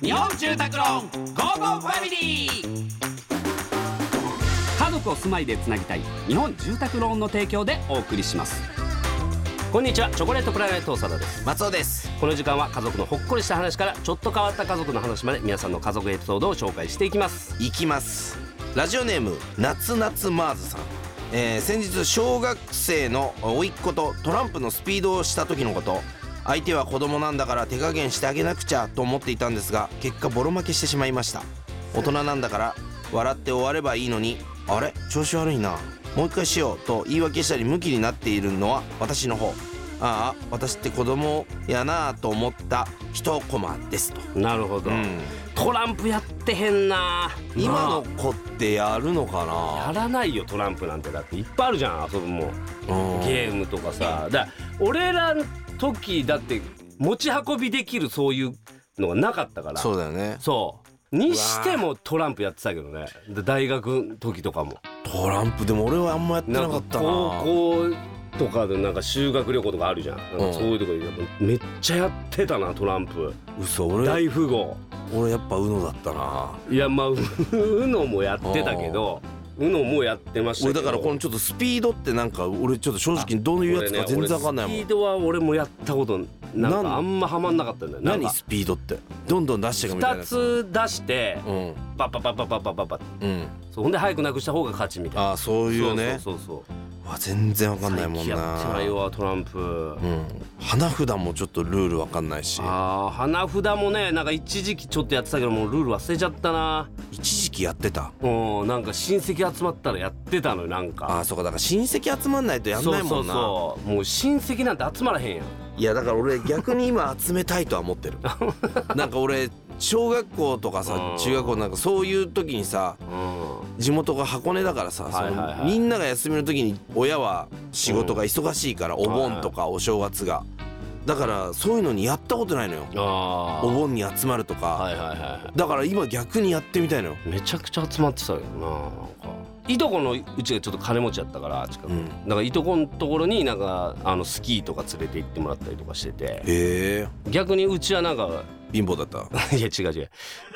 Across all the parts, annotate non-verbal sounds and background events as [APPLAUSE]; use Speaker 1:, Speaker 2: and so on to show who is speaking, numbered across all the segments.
Speaker 1: 日本住宅ローンゴーゴーファミリー家族を住まいでつなぎたい日本住宅ローンの提供でお送りしますこんにちはチョコレートプラネット長田です
Speaker 2: 松尾です
Speaker 1: この時間は家族のほっこりした話からちょっと変わった家族の話まで皆さんの家族エピソードを紹介していきます
Speaker 2: 行きますラジオネーム夏夏マーズさん、えー先日小学生の甥っ子とトランプのスピードをした時のこと相手は子供なんだから手加減してあげなくちゃと思っていたんですが結果ボロ負けしてしまいました大人なんだから笑って終わればいいのにあれ調子悪いなもう一回しようと言い訳したりムキになっているのは私の方ああ私って子供やなあと思った一コマですと、
Speaker 1: なるほど、
Speaker 2: うん、
Speaker 1: トランプやってへんな
Speaker 2: 今の子ってやるのかな
Speaker 1: やらないよトランプなんてだっていっぱいあるじゃん遊ぶもん
Speaker 2: うん
Speaker 1: ゲームとかさだから俺らの時だって持ち運びできるそういうのがなかったから
Speaker 2: そうだよね
Speaker 1: そうにしてもトランプやってたけどねで大学の時とかも
Speaker 2: トランプでも俺はあんまやってなかったな
Speaker 1: 高校とかでなんか修学旅行とかあるじゃんなんかそういうとこでやっぱめっちゃやってたなトランプ
Speaker 2: 嘘俺
Speaker 1: 大富豪
Speaker 2: 俺やっぱうのだったない
Speaker 1: やまあ [LAUGHS] UNO もやってたけど UNO もやってました
Speaker 2: 俺
Speaker 1: けど
Speaker 2: だからこのちょっとスピードってなんか俺ちょっと正直どういうやつか全然わかんない
Speaker 1: 俺ね俺ス
Speaker 2: もん
Speaker 1: ピードは俺もやったことなん
Speaker 2: なん
Speaker 1: かあんまハマんなかったんだよなん
Speaker 2: 何
Speaker 1: か
Speaker 2: スピードってどんどん出していくみたいな
Speaker 1: 2つ出して
Speaker 2: うん
Speaker 1: パッパッパッパッパッパッパッパッ
Speaker 2: うん
Speaker 1: そうほんで早くなくした方が勝ちみたいな
Speaker 2: ああそういうね
Speaker 1: そうそうそう
Speaker 2: わ全然わかんないもん
Speaker 1: 最近やって
Speaker 2: な
Speaker 1: ないわトランプ
Speaker 2: うん花札もちょっとルールわかんないし
Speaker 1: あー花札もねなんか一時期ちょっとやってたけどもうルール忘れちゃったな
Speaker 2: 一時期やってた
Speaker 1: うんなんか親戚集まったらやってたのよなん
Speaker 2: あ
Speaker 1: か
Speaker 2: あそうかだから親戚集まんないとやんないもんな
Speaker 1: そうそうそうもう親戚なんて集まらへんやん
Speaker 2: いやだから俺逆に今集めたいとは思っ
Speaker 1: [LAUGHS]
Speaker 2: てるなんか俺小学校とか
Speaker 1: う
Speaker 2: さ
Speaker 1: ん
Speaker 2: 中学校なんかそういう時にさ
Speaker 1: うん
Speaker 2: 地元が箱根だからさ、
Speaker 1: はいはいはい
Speaker 2: そのみんなが休みの時に親は仕事が忙しいから、お盆とかお正月が、だからそういうのにやったことないのよ
Speaker 1: あ
Speaker 2: お盆に集まるとか、
Speaker 1: あはいはいはいは
Speaker 2: だから今逆にやってみたいのよ
Speaker 1: いめちゃくちゃ集まってたけどななんかいとこのうちがちょっと金持ちやったから近く、
Speaker 2: うん
Speaker 1: だからいとこのところになんかあのスキーとか連れて行ってもらったりとかしてて
Speaker 2: へえ
Speaker 1: 逆にうちはなんか [LAUGHS]
Speaker 2: 貧乏だった
Speaker 1: いや違う違う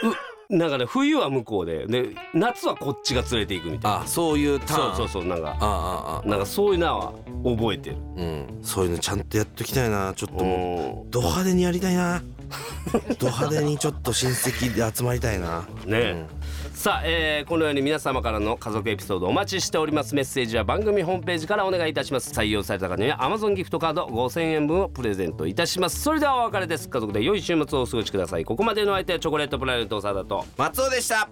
Speaker 1: うだから冬は向こうでで夏はこっちが連れて行くみたいな
Speaker 2: あそういうタ
Speaker 1: そ
Speaker 2: ーン
Speaker 1: うそうそうなんか
Speaker 2: あああ
Speaker 1: なんかそういうのは覚えてる
Speaker 2: あうんそういうのちゃんとやっときたいなちょっともう
Speaker 1: も
Speaker 2: ド派手にやりたいなド派手にちょっと親戚で集まりたいな
Speaker 1: ねえ、さあ、えーこのように皆様からの家族エピソードお待ちしておりますメッセージは番組ホームページからお願いいたします採用された方には Amazon ギフトカード5000円分をプレゼントいたしますそれではお別れです家族で良い週末をお過ごしくださいここまでのお相手はチョコレートプラネット長田と
Speaker 2: 松尾でした